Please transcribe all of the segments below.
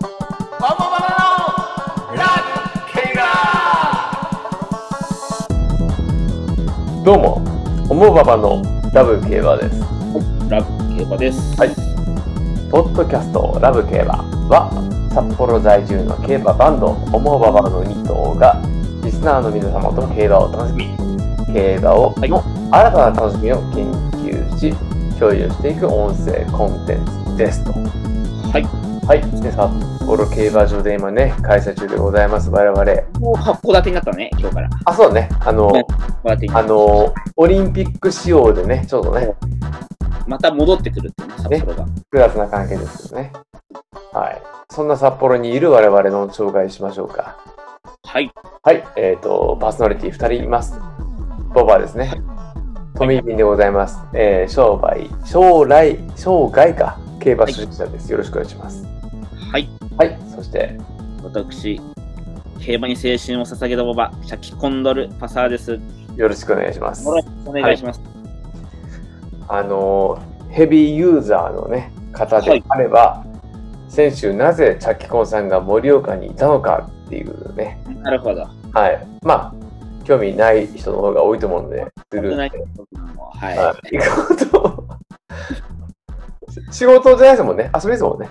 バンバンバナナのラッケイラどうも、オモババのラブ競馬です。ラブ競馬です。はいポッドキャストラブ競馬は札幌在住の競馬バンドオモババの2頭がリスナーの皆様と競馬を楽しみ、競馬をはいの新たな楽しみを研究し、共有していく音声コンテンツですと。はい。はい、で札幌競馬場で今ね、開催中でございます、我々。もう函館になったのね、今日から。あ、そうね、あの、はい函館にあの、オリンピック仕様でね、ちょっとね、また戻ってくるっていうね、札幌が。複雑な関係ですよね。はい。そんな札幌にいる我々の紹介しましょうか。はい。はい。えっ、と、パーソナリティ2人います。ボバですね。トミービンでございます。えー商売、将来、生涯か、競馬主事者です。よろしくお願いします。はい。はい。そして、私、競馬に青春を捧げたボバ、シャキコンドルパサーです。よよろしくお願いします。ろしくお願いします。あのーヘビーユーザーのね、方であれば、先週なぜチャッキコンさんが盛岡にいたのかっていうね、なるほど。はい。まあ、興味ない人の方が多いと思うので、スル危ーないして。はい。はい。行こうと。仕 事じゃないですもんね。遊びですもんね。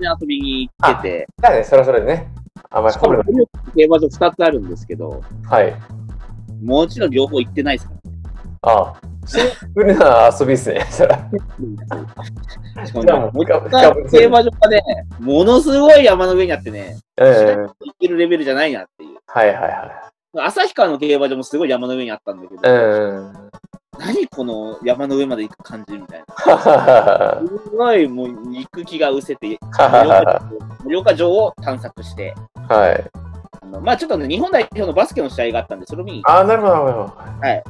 で遊びに行ってて、じゃあね、それはそれでね。あんまりしか掘もる競馬場2つあるんですけど、な。はい。もちろん両方行ってないですかああ。シンプルな遊びですね。そら。ら。しかもじゃあもねう、もう一深掘回りする競馬場がね、ものすごい山の上にあってね、ええ行けるレベルじゃないなっていう。はいはいは旭川の競馬場もすごい山の上にあったんだけど、い。うん。何この山の上まで行く感じみたいな。はははすごいもう行く気がうせて、は盛岡城を探索して、は。はい。あのまあちょっとね、日本代表のバスケの試合があったんで、それを見に行ああ、なるほど、なるほど。はい。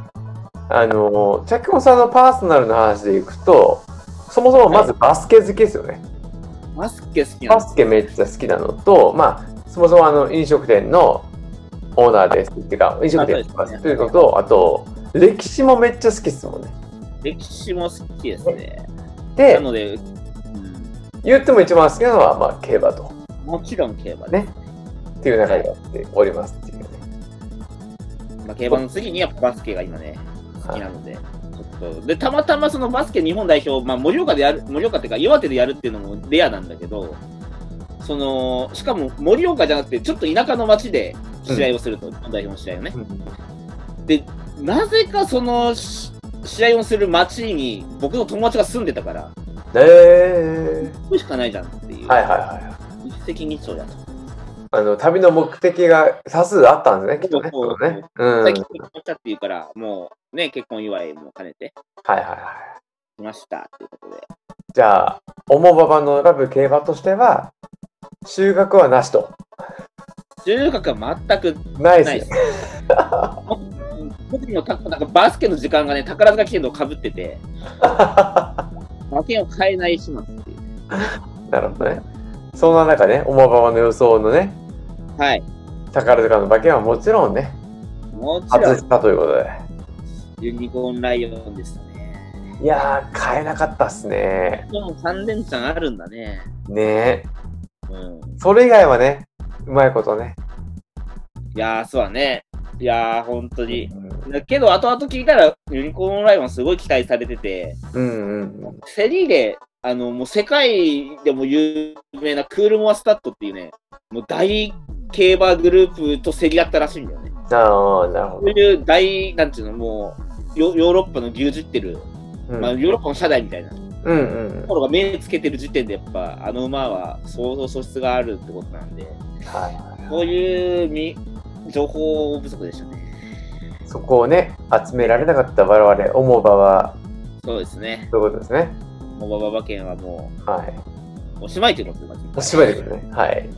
あのー、チャッキコンさんのパーソナルな話でいくと、そもそもまずバスケ好きですよね。くバスケ好きバなんです。スケめっちゃ好きなのと、まあ、そもそもあの飲食店のオーナーですっていうか、飲食店とかっていうのと、あと、歴史もめっちゃ好きですもんね。歴史も好きですね。なで、ので、うん言っても一番好きなのは、まあ、競馬と、もちろん競馬でねっていう中でやっておりますっていうね。まあ、競馬の次にやっぱバスケが今ね、好きなので。ちょっとでたまたまそのバスケ日本代表、まあ、盛岡でやる、盛岡っていうか、岩手でやるっていうのもレアなんだけど、そのしかも盛岡じゃなくて、ちょっと田舎の町で試合をすると、日本代表の試合をね。なぜかそのし試合をする町に、僕の友達が住んでたから、えこれしかないじゃんっていー、う、はいはいはい。一石二鳥だと。あの、旅の目的が多数あったんですね、きっとね。そうそうそのねうん。はい最近結婚したっていうから、もうね、結婚祝いも兼ねてはいはい。来ましたっていうことで。じゃあ、オモババの選ぶ競馬としては、収穫はなしと。中学は全くないないでですす。僕のたなんかバスケの時間がね、宝塚記念のかぶっ てて、馬券を買えない始末っていう。なるほどね。そんな中ね、オモババの予想のね、はい。宝塚の馬券はもちろんね、もちろ外ん、したということで。ユニコーンライオンですね。いやー、買えなかったっすね。今日も3連チャンあるんだね。ねえ。うん。それ以外はね、うまいことね。いやー、そうだね。いやー、本当に。うだけど、後々聞いたら、ユニコーンライオンすごい期待されてて、んうんうん。セリーで、あの、もう世界でも有名なクールモアスタッドっていうね、もう大競馬グループと競り合ったらしいんだよね。ああ、なるほそういう大、なんていうの、もう、ヨヨーロッパの牛耳ってる、ど。うんまあ、ヨーロッパの社代みたいなとうんうんころが目つけてる時点で、やっぱ、あの馬は相当素質があるってことなんで、うん。はそういうみ情報不足でしたね。い。そこをね、集められなかった我々、オモババそうですね。ということですね。モバババ券はもはい。う、おしまいということで、まずおしまいですね。はい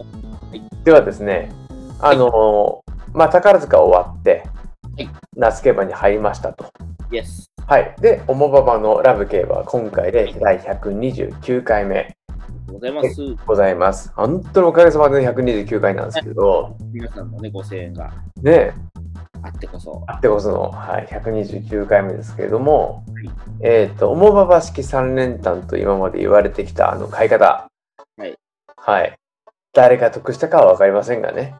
い。ではですね、あのーまあ、宝塚終わってはい、夏競馬に入りましたと。イエス。はい。で、オモババのラブ競馬は今回で第129回目ありがとうございます。ございます。本当におかげさまで129回なんですけど、皆さんのね、ご声援がね、あってこそ。あってこその、はい、129回目ですけれどもはい、えっ、と、オモババ式三連単と今まで言われてきたあの買い方。はい。はい。誰が得したかは分かりませんがね。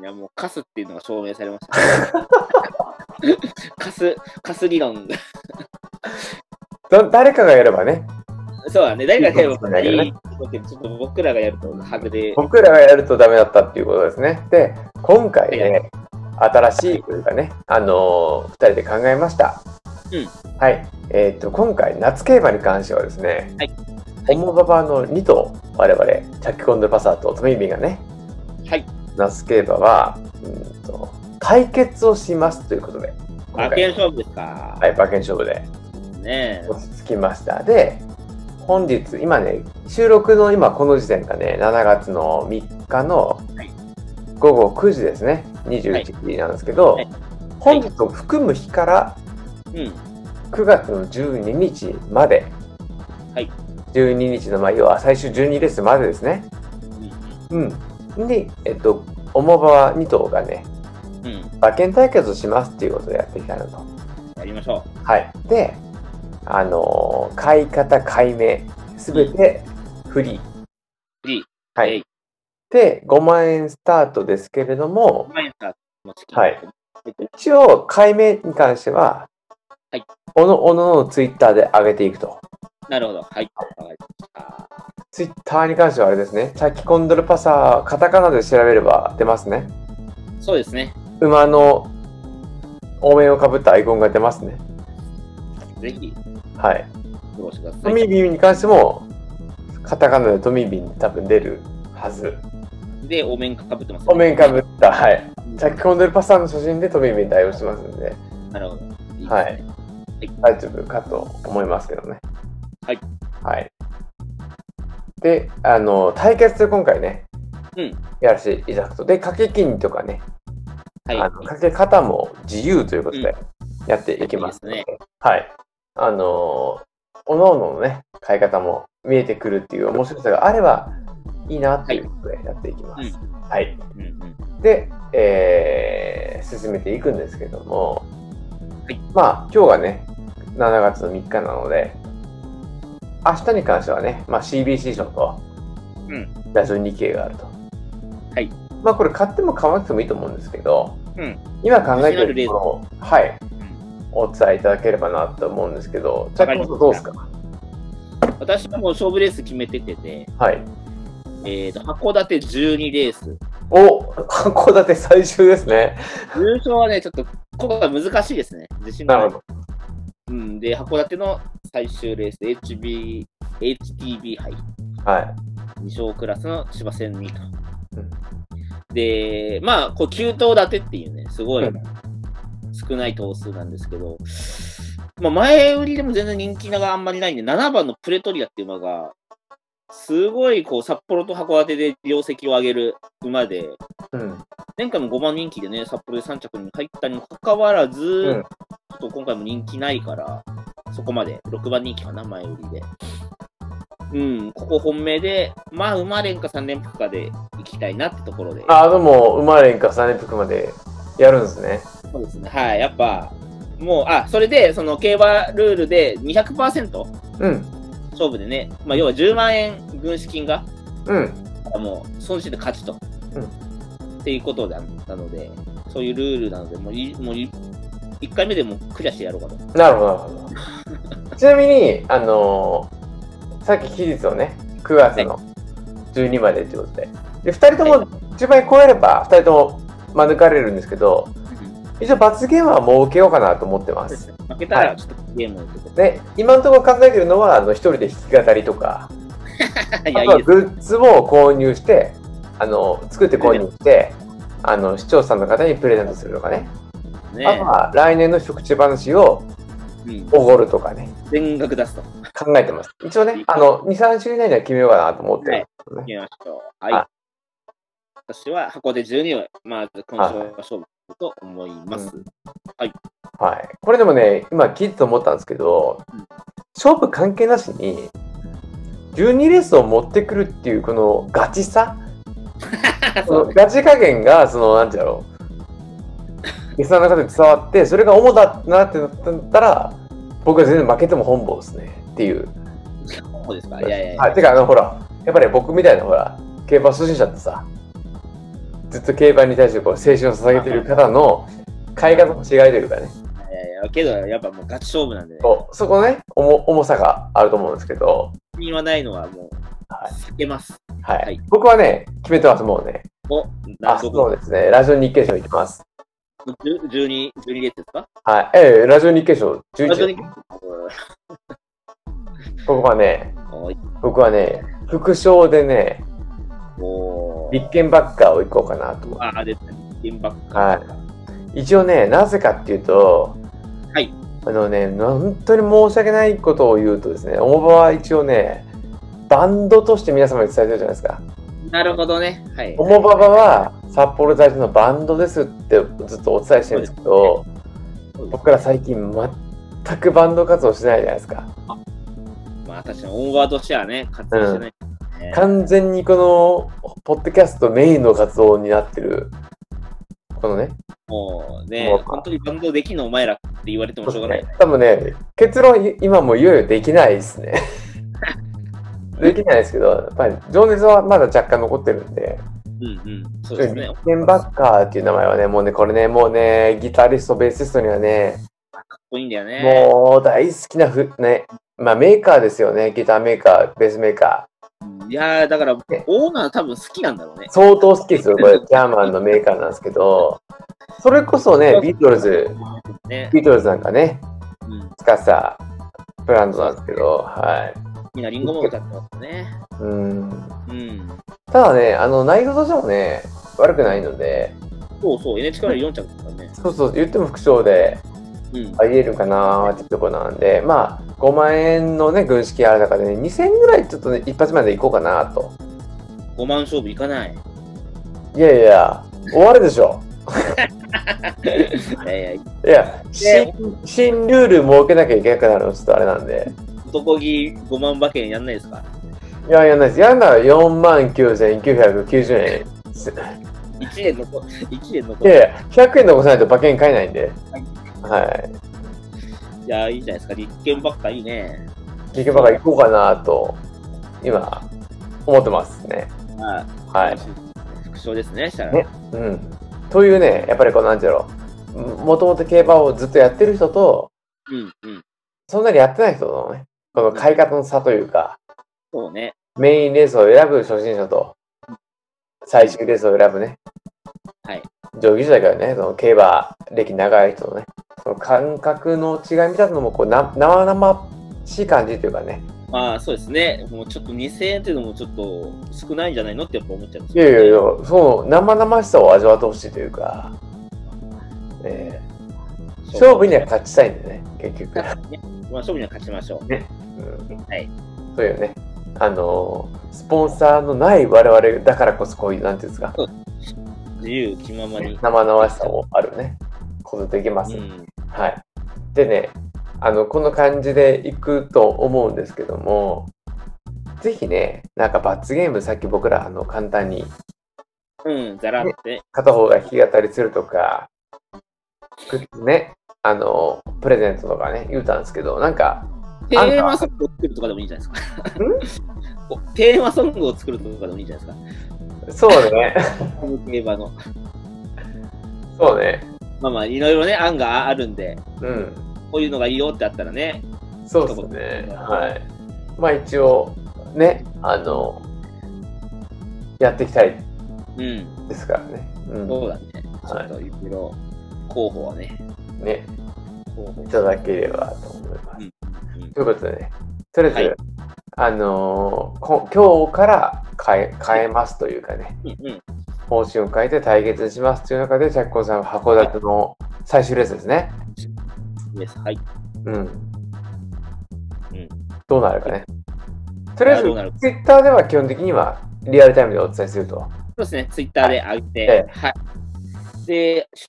いや、もう、カスっていうのが証明されました。カス、カス理論。ど誰かがやればね、そうだね、誰が手をかないいいいいことでちょっと僕らがやると、ハグで、僕らがやるとダメだったっていうことですね。で、今回ね、新しいというかね、あのー、2人で考えました。うんはい。えーっと、今回、夏競馬に関してはですね、はいオモババの2頭、我々、チャキコンドパサーとトミービーがね、はい。夏競馬は、うんと、対決をしますということで、今馬回、券勝負ですか。はい、馬券勝負でねえ。落ち着きました。で、本日、今ね、収録の今この時点がね、7月の3日のはい午後9時ですね、21時なんですけど、はい本日を含む日からうん。 9月の12日まで、はい12日の前、要は最終12レースまでですね、うん、に、えっと、オモバ2頭がね、うん。うん。馬券対決をしますっていうことでやっていきたいなと。やりましょはい。で、あのー買い方、買い目、すべてフリー。フリー。はえいい。で、5万円スタートですけれどもう。、マイナスも好き。はい。一応、買い目に関しては、はいおのおののツイッターで上げていくと。なるほど。はい。わかりました。ツイッターに関してはあれですね、チャキコンドルパサー、カタカナで調べれば出ますね。そうですね。馬のお面をかぶったアイコンが出ますね。ぜひ、はい。フォローしてくだトさミい。ービンに関しても、カタカナでトミービンに多分出るはず。で、お面かぶってます、ね。お面かぶった、はい。チャキコンドルパサーの写真でトミービン対応してますんで、なるほど。いいですねはい。大丈夫かと思いますけどね。はい。はい。で、あの、対決で今回ね、うんやらせていただくと。で、掛け金とかね、はい。あの掛け方も自由ということでやっていきますので、いいはい。あのー、おのののね、買い方も見えてくるっていう面白さがあればいいなっていうことでやっていきます。はい。うんうん。で、えー進めていくんですけども、はいまあ今日がね7月の3日なので明日に関してはね、まあ、CBC 賞とうんラジオ日経があると、はいまあこれ買っても買わなくてもいいと思うんですけど、うん今考えてるところをはい、お伝えいただければなと思うんですけどチャックどうですか私はもう勝負レース決めててて、はいえっ、と、函館12レース。お函館最終ですね優勝はね、ちょっと、ここが難しいですね。自信がなないるほどうん、で、函館の最終レース、HB、HTB 杯、はい2勝クラスの芝戦2とうん。で、まあ、こう、9頭立てっていうね、すごい、うん少ない頭数なんですけど、まあ、前売りでも全然人気があんまりないんで、7番のプレトリアっていう馬が、すごい、こう、札幌と函館で業績を上げる馬で、うん前回も5番人気でね、札幌で3着に入ったにもかかわらず、んちょっと今回も人気ないから、そこまで、6番人気かな、前売りで。うん、ここ本命で、まあ、馬連か3連複かで行きたいなってところで、あでも生まれんか3年とくまでやるんですねそうですね、はい、やっぱ、もう、あ、それで、その競馬ルールで200%うん勝負でね、まあ、要は10万円軍資金が、うん。もう、その時点で勝ちと。うんっていうことなので、そういうルールなので、もうい、もうい、1回目でもうクリアしてやろうかと。なるほど、なるほ ど。ちなみに、あのーさっき期日をね、9月の12までってことで。で、2人とも10倍超えれば、2人とも免れるんですけど、一応罰ゲームは設けようかなと思ってまそうですす。ね 負けたらちょっとゲームってことで。で、今のところ考えてるのは、あの、一人で弾き語りとか、いあや、いといはです。グッズを購入して、あの、作って購入して、あの、視聴者の方にプレゼントするとかね。ねあとは、来年の食地話をうんおごるとかね。全額出すと。考えてます。一応ね、あの、2、3週以内には決めようかなと思ってる。決めましょう。ははい。私は箱で12を、まず今週は勝負と思います。はい。これでもね、今聞いてて思ったんですけどうん、勝負関係なしに、12レースを持ってくるっていうこのガチさ、そそのうねガチ加減が、その、なんていうの、リスナーの方に伝わって、それが主だなってなったら、僕は全然負けても本望ですねっていう。そうですか。いやいやいや。はい、てか、あの、ほら、やっぱり僕みたいな、ほら、競馬初心者ってさ、ずっと競馬に対してこう青春を捧げてる方の買い方の違いというかね、えーけど、やっぱもうガチ勝負なんで、ね、こうそこね、重重さがあると思うんですけど、にはないのはもう、はい避けます。はいはい僕はね、決めてます、もうね。お、あ、何度そうですね、ラジオ日経賞行きます。 ?12、12列ですかはい。ええラジオ日経賞ラジオ日11経ここはね、おー僕はね、副賞でね、おー立憲バッカーを行こうかなと思ってああ、ですね。銀ばっか。は一応ね、なぜかっていうと、はいあのね、本当に申し訳ないことを言うとですね、オモバは一応ね、バンドとして皆様に伝えてるじゃないですか。なるほどね。はい。オモババは札幌在住のバンドですってずっとお伝えしてるんですけど、そうです僕ら最近全くバンド活動してないじゃないですか。まあ、確かにオンワードシェアね、活動してない、ね完全にこの、ポッドキャストメインの活動になってる、このね、もうねもう、本当にバンドできんのお前らって言われてもしょうがない。多分ね、結論、今もいよいよできないです ね。できないですけど、やっぱり情熱はまだ若干残ってるんで、うんうん。そ立うですね。憲バッカーっていう名前はね、もうね、これね、もうね、ギタリスト、ベーシストにはね、かっこいいんだよね。もう大好きなふ、ね、まあメーカーですよね、ギターメーカー、ベースメーカいやー、だから、オーナー多分好きなんだろうねー、。相当好きですよ、 これ、ジャーマンのメーカーなんですけど、それこそね、ビートルズ、ね。ビートルズなんかね、うん。好使ってたブランドなんですけど、はい。きなリンゴも歌ってますね。うんうん。ただね、あの内容としてもね、悪くないので、そうそう、NHK から4着だからね。そうそう、言っても副賞でうん。ありえるかなーってとこなんで、まあ、5万円のね、軍資金ある中でね、2000円ぐらいちょっとね、一発目でいこうかなと。 5万勝負いかない。 いやいや、終わるでしょ。えいや、新新ルール設けなきゃいけなくなるのちょっとあれなんで。ー、男気5万馬券やんないですかいや、やんないです。やんなら4万9990円。 ?1 円残、一円残いやいや、100円残さないと馬券買えないんで。はい。いやー、いいじゃないですか。立憲ばっかいいね。劇場から行こうかなと、今、思ってますね。ははい。。副賞ですね、したら。ねうん。というね、やっぱりこう、なんていうの、もともと競馬をずっとやってる人と、うんうん。そんなにやってない人のね、この買い方の差というか、そうね。メインレースを選ぶ初心者と、最終レースを選ぶね、はい。上級者だからね、その競馬歴長い人のね、その感覚の違いみたいなのも、こう、な生々しい感じというかね、まあそうですね、もうちょっと2000円っていうのもちょっと少ないんじゃないのってやっぱ思っちゃうんですいやいやいや、そう、生々しさを味わってほしいというか、えー勝負には勝勝ちたいんでね、結局。ち、ねまあ、勝負には勝ちましょう。うんはい。そういうね、あのースポンサーのない我々だからこそ、こういう、なんていうんですか、自由気ままに。生々しさもあるね、ことできます。うん。はい。でね、あの、この感じでいくと思うんですけども、ぜひね、なんか罰ゲーム、さっき僕ら、あの、簡単にうん、ざらって。片方が弾き語りするとか、ね、あの、プレゼントとかね、言うたんですけど、なんか、テーマソングを作るとかでもいいんじゃないですか。 おテーマソングを作るとかでもいいんじゃないですか。そうね、 この競馬の。そうね、まあまあ、いろいろね、案があるんで、うん、こういうのがいいよってあったらね、そうですね、はい。まあ一応、ね、あの、やっていきたいうん、ですからね。そううだね。ちょはいっといろいろ候補はね、ん、ね、候補い。ただければと思います。うんうんということでね、とりあえず、はいあのーこ今日から変え変えますというかね、うんうん。方針を変えて対決しますという中で、チャッコンさんは函館の最終レースですね。です。はい。うん。うんどうなるかね。とりあえずどうなる、ツイッターでは基本的にはリアルタイムでお伝えすると。そうですね、ツイッターで上げえて、はい。で、し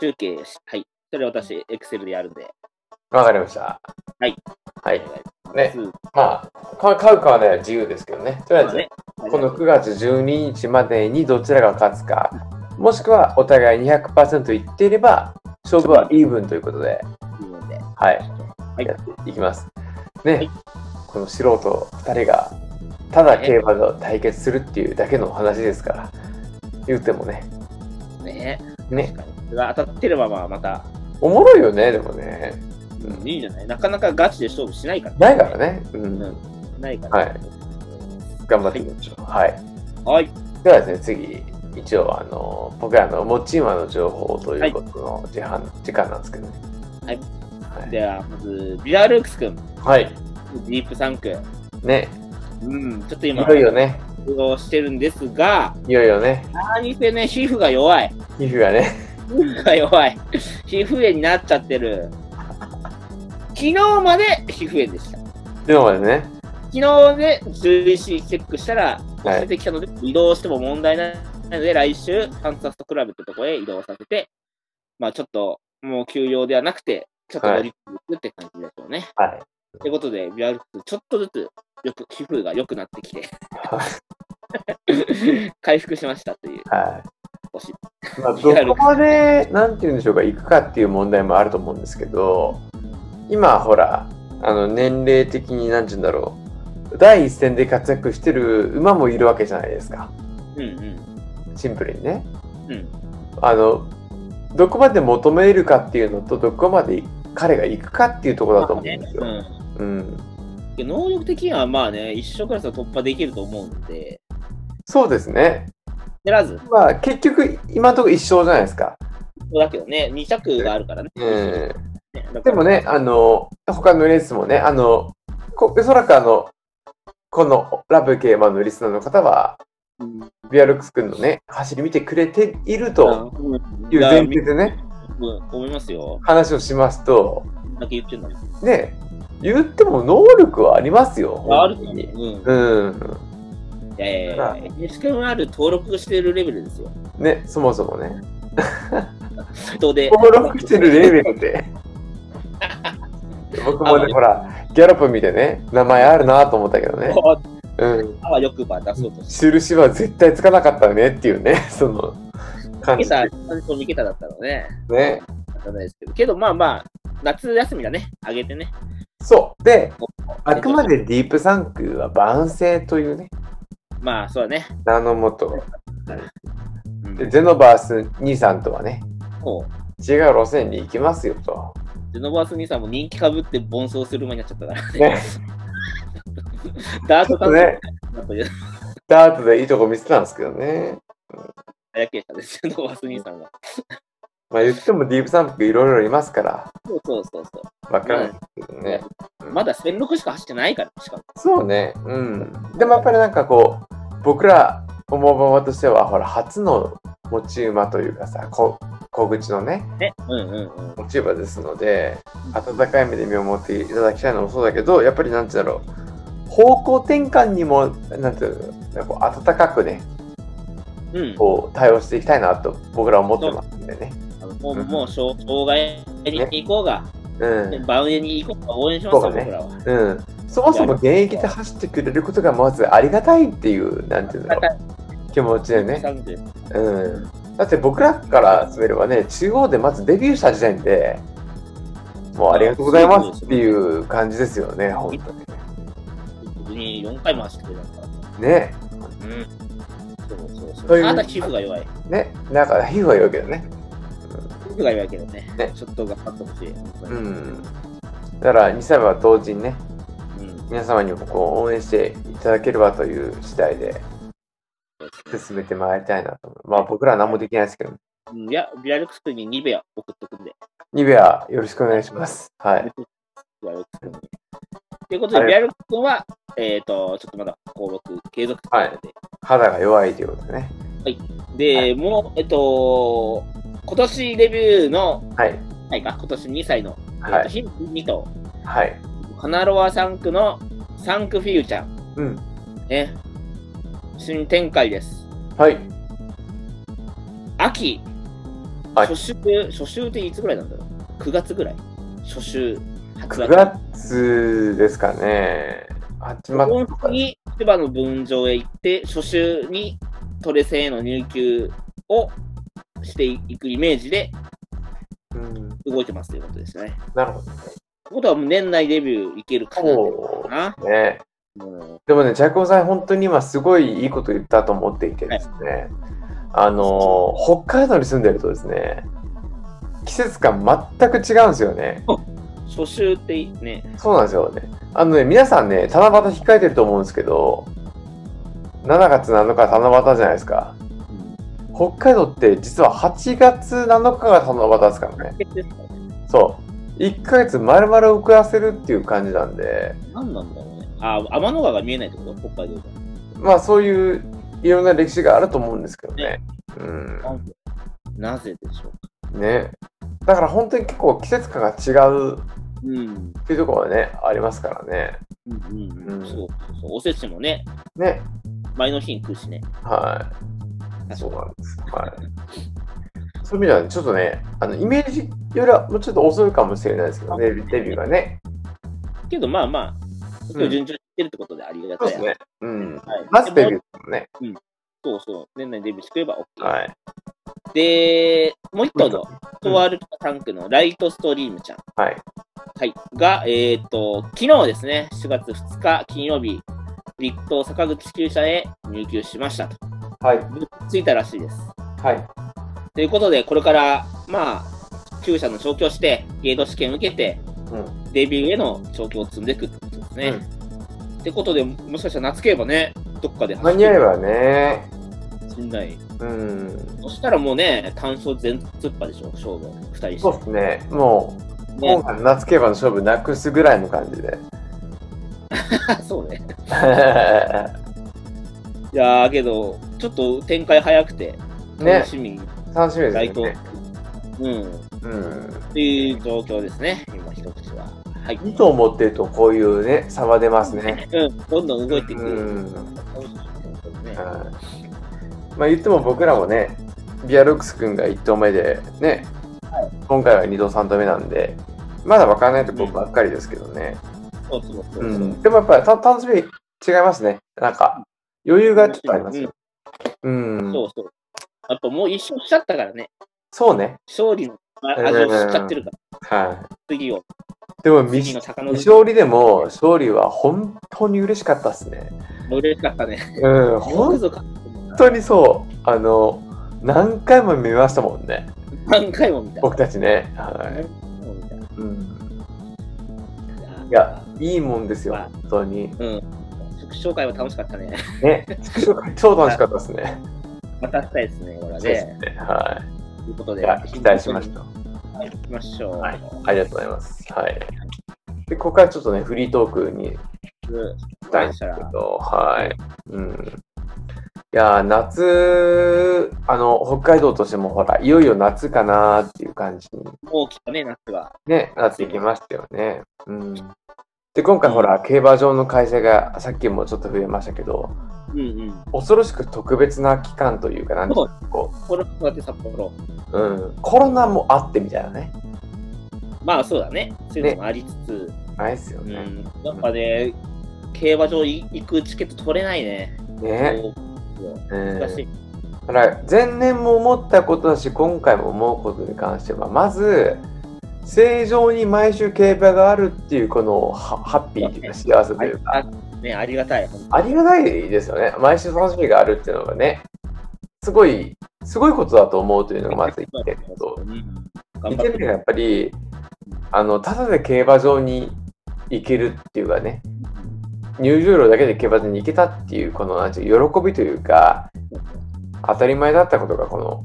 集計し、はい。それ私、エクセルでやるんで、わかりました。はい。はい。お願いねし、ますまあ、か買うかはね、自由ですけどね。とりあえず、ねこの9月12日までにどちらが勝つか、もしくはお互い200%いっていれば、勝負はイーブンということで、いいのではい、いやっていきます。ね、いこの素人2人がただ競馬が対決するっていうだけのお話ですから、言ってもね。ねね、それが当たってれば、まあ、また、おもろいよね、でもね。うんいいんじゃないなかなかガチで勝負しないから。ないからね。ううんん。ないから。はい頑張っていきましょう。はい。はい。ではですね、次、一応、あの、僕らの持ち今の情報ということの時間,、時間なんですけどね。はいはい。では、まず、ビラルークス君、はい。ディープサン君。ね、うん、ちょっとい今、よいよね、活動してるんですが、いよいよね、何せね、皮膚が弱い。皮膚がね、皮膚が弱い。皮膚炎になっちゃってる。昨日まで皮膚炎でした。昨日までね、昨日ね、11チェックしたら、はい出てきたので、移動しても問題ないので、来週、サンタストクラブってとこへ移動させて、まあちょっと、もう休養ではなくて、ちょっと乗り込むって感じでしょうね。はい。ということで、ビアルクス、ちょっとずつ、よく、皮膚が良くなってきて、 回復しましたという、はいおしまあ、どこまで、なんて言うんでしょうか、行くかっていう問題もあると思うんですけど、今、ほら、あの年齢的に、なんて言うんだろう、第一線で活躍してる馬もいるわけじゃないですか、うんうん。シンプルにね。うんあのどこまで求めるかっていうのと、どこまで彼が行くかっていうところだと思うんですよ。まあねうん、うん、能力的には、まあね、一生クラスは突破できると思うので、そうですね。焦らず、こまあ、結局、今のところ一勝じゃないですか。こだけどね、2着があるからね。うんねだかでらもね、あの、他のレースもね、あの、こおそらくあの、このラブ競馬のリスナーの方は、うんビアルックス君のね、走り見てくれているとうんいう前提でね、うん、思いますよ。話をしますと、だけ言ってんの。ね、言っても能力はありますよ。あると本思当う。にうん。うん。えただー、西君ある登録してるレベルですよ。ね、そもそもね。人で。登録してるレベルで。僕もあね、のほら、ギャロップ見てね、名前あるなと思ったけどね。こううん。あわよくば出そうとして。印は絶対つかなかったねっていうね、 その感ミケじタ、で三とミケタだったのね。すね。わかんないですけど。けどまあまあ、夏休みだね。あげてね。そう。で、あくまでディープサンクは万世というね、まあ、そうだね。名のもと、うんでゼノバース兄さんとはね、こ違う路線に行きますよと。う、ゼノバース兄さんも人気かぶって奔走する馬になっ ちゃったから。ね、ダートちょっと担当ねだというダートでいいとこ見せたんですけどね。あやけしたです。ゼノバース兄さんが。まあ言ってもディープサンクいろいろいますから、そうそうそうそわからないですけどう。ね。まだ1006しか走ってないから、しかも。そうね。うん。でもやっぱりなんかこう、僕ら思うままとしては、ほら、初の持ち馬というかさ、こ小口のね、ね。うんうんうん。持ち馬ですので、温かい目で見守っていただきたいのもそうだけど、やっぱりなんて言うんだろう、方向転換にも、なんていうの、こう温かくね、うん。こう対応していきたいなと僕らは思ってますんでね。あのもう、もう、障障害に行こうが、うん。バウエに行こうが応援しますよ、そうだね僕らは。うん。そもそも現役で走ってくれることがまずありがたいっていう、なんていうんだろう、気持ちでね。 30うん、だって僕らからすればね中央でまずデビューした時点でもうありがとうございますっていう感じですよね本当に僕に4回も走ってくれたから。ねうん。そうそうそ。といううあなた皮膚が弱い。ねなんか皮膚は言うけどね皮膚が弱いけどね。ねちょっと頑張ってほしい。本当にうんだから2歳は同時にねうん。皆様にもこう応援していただければという次第で進めてまいりたいなと思うまあ僕らは何もできないですけどうんいや、ビアルクス君にニベア送っとくんで。ニベアよろしくお願いしますはいビアルクス君に。ということで、はいビアルクス君は、えっ、と、ちょっとまだ登録継続ということで。肌が弱いということでねで、はいもう、えっ、と、今年デビューの、はいはいか、今年2歳の、えーはといヒン2頭、はいカナロア3区の3区フィーユちゃん、うんね、新展開です。はい秋、はい初週、初週っていつぐらいなんだろう ?9 月ぐらい初週、初9月ですかね。8月とか本に千葉の分譲へ行って、初週にトレセへの入給をしていくイメージでうん、動いてますということですね。なるほということは、もう年内デビューいけるかなってことど。かな。そうね。ううんでもね、ジャイコンさん、本当に今、すごいいいこと言ったと思っていてですね、あのー、北海道に住んでるとですね、季節感全く違うんですよね。初秋ってね、そうなんですよね。あのね、皆さんね、七夕控えてると思うんですけど、7月7日七夕じゃないですか。北海道って実は8月7日が七夕ですからね。そう。1ヶ月丸々遅らせるっていう感じなんで、何なんだろうね。あ、天の川が見えないってこと北海道じまあそういういろんな歴史があると思うんですけどね。うん。ゃなぜでしょうか。ね。だから本当に結構季節感が違ううん。うんっていうところはね、ありますからね。うんううんん。そうそうそう。おせちもね、ね。前の日に食うしね。はい。そうなんです。はい。そういう意味ではね、ちょっとね、あのイメージよりはもうちょっと遅いかもしれないですけどね、デビューがね。けどまあまあ、今日順調にいってるってことでありがそうでたい。すね。うん。はい。まずデビューでもですもんね。そうそう。年内デビューしてくれば OK。はい。で、もう一頭の、とあるタンクのライトストリームちゃん。はい。はい。が、えっ、と、昨日ですね、4月2日金曜日、立東坂口支給舎へ入給しましたと。はい。着いたらしいです。はい。ということで、これから、まあ、旧社の調教して、ゲート試験受けて、うん。デビューへの調教を積んでいくってことですね。ってことで、もしかしたら夏競馬ね、どっかで間に合えばね。ばしんない。うん。そしたらもうね、単勝全突破でしょ、勝負、二人してそうですね。もう、ね 今。回の夏競馬の勝負なくすぐらいの感 じで。そうね。ね。いやー、けど、ちょっと展開早くて、楽しみ、楽しみですライトね。うん、っうん。ていう状況ですね、今、一口は。はい。いいと思ってると、こういうね、差は出ますね。うん、どんどん動いていく。うんねはいまあ言っても僕らもね、ビアルックス君が1投目で、ね、今回は2投3投目なんで、まだ分からないとこばっかりですけどね。そうそうそうそうう。ん、でもやっぱりた楽しみ違いますね。なんか、余裕がちょっとありますよ。うん。そうそう。やっぱもう一勝しちゃったからね。そうね。勝利のあうん味をしちゃってるから、は次を。い。でも、み次未の高野勝利でも、勝利は本当に嬉しかったっすね。嬉しかったね。うん、よく本ぞ勝ったな当にそう。あの、何回も見ましたもんね。何回も見た。僕たちね。はもう見たい。うんいいや、いいもんですよ、まあ本当に。うん。副紹介は楽しかったね。ね、超楽しかったですね。またしたいですね、これはそうですね。ねはということい。でいや、、期待しました。た。行きましょう。はいありがとうございます。はい。で、ここからちょっとね、フリートークに行行きたいんですけど、はい。うん。いやー、夏、あの、北海道としても、ほら、いよいよ夏かなーっていう感じに大きなね、夏は。ね、なっていきましたよね。うん。で、今回ほら、競馬場の会社が、さっきもちょっと増えましたけど、うんうん。恐ろしく特別な期間というか、なんていうかこコロナって札幌。う、うん、コロナもあってみたいなね。まあそうだね。そういうのもありつつ、ないですようん。ね。やっぱね、競馬場い行くチケット取れないね。ね。こううん難しい。だから前年も思ったことだし今回も思うことに関してはまず正常に毎週競馬があるっていうこのハハッピーというか幸せとあいりうかね、ありがたい。本ありがたいですよね毎週楽しみがあるっていうのがねすごいすごいことだと思うというの当がにまず1点とうん2頑点張って目がやっぱりあのただで競馬場に行けるっていうかね入場料だけで競馬場に行けたっていうこのなんていう喜びというか当たり前だったことがこの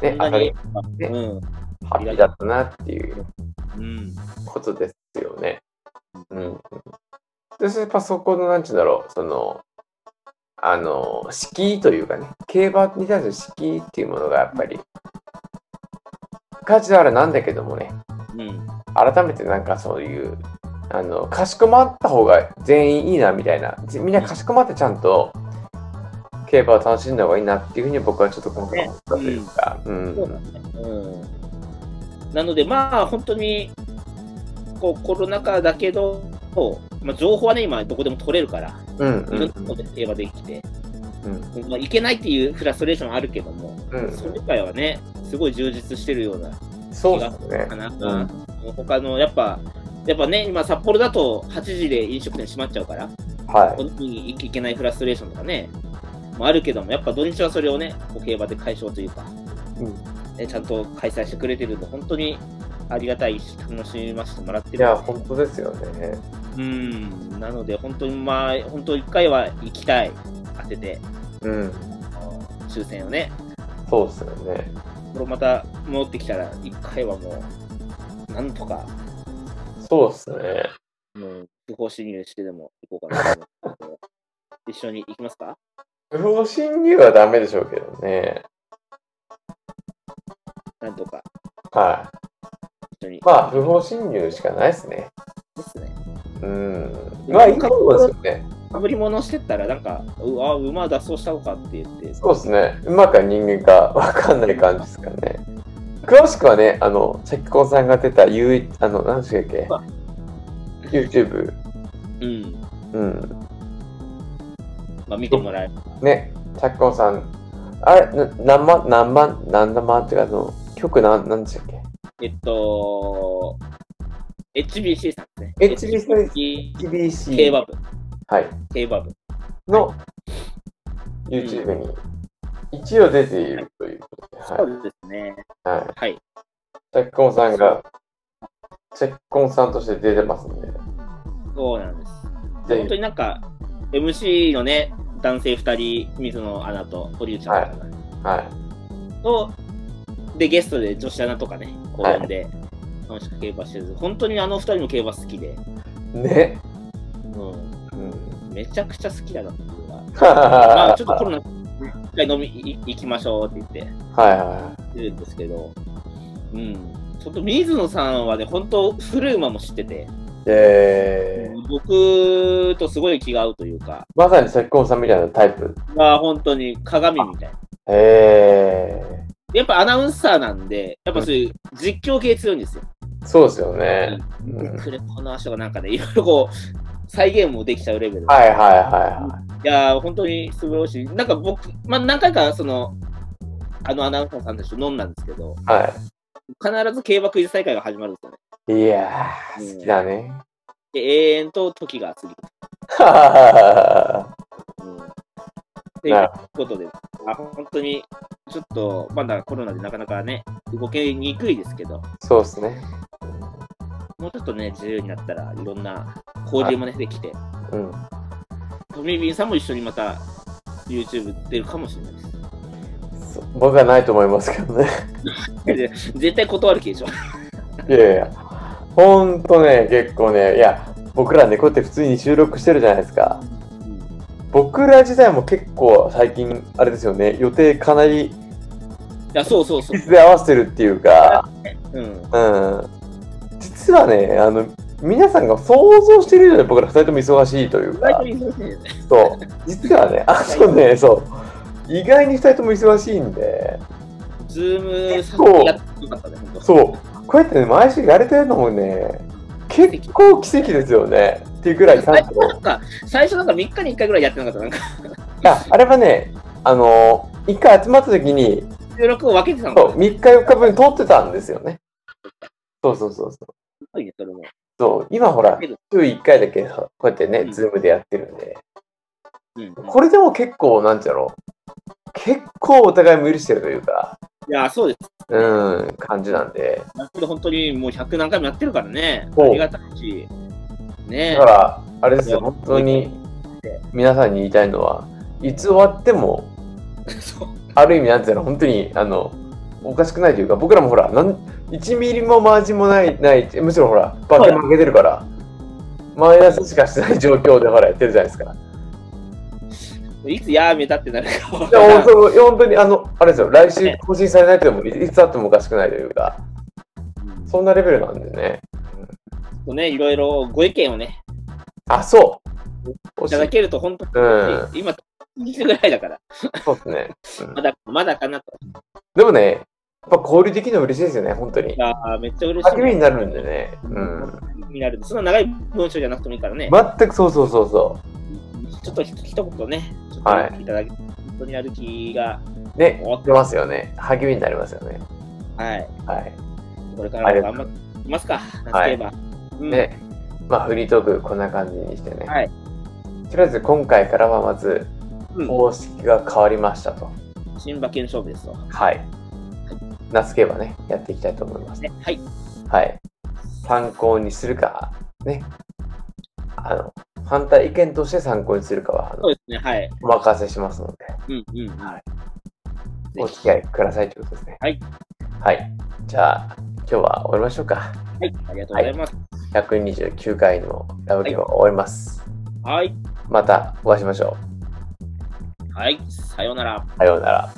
そねん当なたりに、うん。ハッピーだったなっていううん。ことですよね。うん。で、やっぱそこの、なんていうんだろう、その、あの、敷居というかね、競馬に対する敷居っていうものがやっぱり、カジュアルなんだけどもね、うん。改めてなんかそういう、あの、かしこまった方が全員いいなみたいな、ぜみんなかしこまってちゃんと、競馬を楽しんだ方がいいなっていうふうに僕はちょっと今回思ったというか、うん。そうだね。うん。なので、まあ、本当に、こう、コロナ禍だけど、まあ、情報はね、今、どこでも取れるから、うん。いろんなとこで競馬できて、うん。まあ、いけないっていうフラストレーションはあるけども、うん。それ以外はね、すごい充実してるようなそうですねか。な。うん他の、やっぱ、やっぱね、今、札幌だと8時で飲食店閉まっちゃうから、は本当にいけないフラストレーションとかね、まあ、あるけども、やっぱ土日はそれをね、こう競馬で解消というか、い。うんね、ちゃんと開催してくれてるんで、本当にありがたいし、楽しませてもらってるいや、本当ですよね。うん、なので、本当にまあ、本当一回は行きたい、当てて、うん。抽選をね、そうですよね。これまた戻ってきたら、一回はもう、なんとか、そうですね。もう、不法侵入してでも行こうかなと思って一緒に行きますか不法侵入はダメでしょうけどね。なんとか、は一緒にい。。まあ、不法侵入しかないですね。ですね。うん。まあ、いいと思うんですよね。かぶり物してったら、なんか、うあ、馬脱走したのかって言って、そうですね。馬か人間か分かんない感じですかね。詳しくはね、あの、チェキコンさんが出た、ゆい、あの、何でしたっけ ?YouTube。うん、うん。まあ見てもらえる。ね、チャッコンさん。あれ、な何万、何万、何万っていうか、あの、曲なん、何でしたっけえっと、HBC さんですね。 HBC ?TBC。競馬部、はい。競馬部。の YouTube に一応出ているということで、そはうですね。い。はい、はい。チェッコンさんが、チェッコンさんとして出てますんで、そうなんです。ぜ本当ひ、になんか、MC のね、男性2人、水野アナと堀内アナかなはと、で、ゲストで女子アナとかね、公はい演で楽しく競馬してる。本当にあの2人も競馬好きで、い。ね。うん、うん、めちゃくちゃ好きだなっていうのは。まあ、はちょっとコロナ、一回飲みい行きましょうって言って。いはってるんですけど、うん、ちょっと水野さんはね、本当、古馬も知ってて、い。えー、僕とすごい気が合うというか、まさにチェッコンさんみたいなタイプ。まあ、本当に鏡みたいな。えやっぱアナウンサーなんで、やっぱそういう実況系強いんですよ。ー、そうですよね。うんクレポの足がなんかね、いろいろこう、再現もできちゃうレベル。はいはいはいやー、本当に素晴らしい。なんか僕、まあ、何回かその、あのアナウンサーさんたちと飲んだんですけど、いはい。は必ず競馬クイズ大会が始まるんですよね。い。いやー、好きだね。で、永遠と時が過ぎてはははうんっは。ていなうることで、あ本当にちょっとまだコロナでなかなかね、動けにくいですけど、そうですね。もうちょっとね、自由になったらいろんな交流もね、できて、うん。トミービンさんも一緒にまた YouTube 出るかもしれないでそ僕はないと思いますけどね。 す。で絶対断る気でしょ。いやいや、ほんとね、結構ね、いや、僕らね、こうやって普通に収録してるじゃないですか。僕ら自体も結構最近、あれですよね、予定かなりいや、そうそうそうい。つで合わせてるっていうか、うん。うん。実はね、あの、皆さんが想像してる以上に僕ら二人とも忙しいという意外かと、忙しいよね。そう。実はね、あとね、そう。意外に二人とも忙しいんで、ズームさそうやってよかったね、本当。そう。こうやってね、毎週やれてるのもね、結構奇跡ですよね。っていうくらいちゃ最ん初と。なんか、最初なんか3日に1回ぐらいやってなかった。なんか、いや、あれはね、あの一回集まった時に、収録を分けてたのかそなう、3日4日分撮ってたんですよね。そうそうそうそう。すごいね、それも。そう今ほら、週1回だけこうやってね、うんズームでやってるんで、うん。これでも結構、なんていうの、結構お互い無理してるというか、いや、そうですうん、感じなんで、やってる本当にもう100何回もやってるからね、あそうりがたいし、ねだから、あれですよ、いや本当に皆さんに言いたいのは、いつ終わっても、 そうある意味なんていうの本当にあのおかしくないというか僕らもほらなん1ミリもマージンもないないむしろほらバック負けてるから、マイナスしかしてない状況でほらやってるじゃないですか。いつやめたってなるか分でから本ない。当に本当にあのあれですよ来週更新されないともいいつあってもおかしくないというかうんちょそんなレベルなんでね。っとね、いろいろご意見をね、あそういただけると本当に、うん今、2時ぐらいだから、そうですね。うんまだまだかなと。でもねやっぱ交流できるの嬉しいですよね本当にい。やーめっちゃ嬉しい励みになるんでね。うん。ね。になるんでそんな長い文章じゃなくてもいいからね、全くそうそうそうそちょっとひ一言ね、ちょっはといただき、本当にやる気が、う。ね、出ますよね。励みになりますよね。はい、はい。これからも頑張っていますか、なければ。うんね、まあフリートークこんな感じにしてね。はいとりあえず今回からはまずうん方式が変わりましたと、新馬券勝負ですわ。ははい夏競馬ねやっていきたいと思いますい。はい参考にするかねあの反対意見として参考にするかはあのそうですね。はい。お任せしますのでうんうん。はいぜひお付き合いくださいということですねはいはいじゃあ今日は終わりましょうかはい。ありがとうございます。 129回のラブゲームは終わります、はい。またお会いしましょはい。さようなら。うさようなら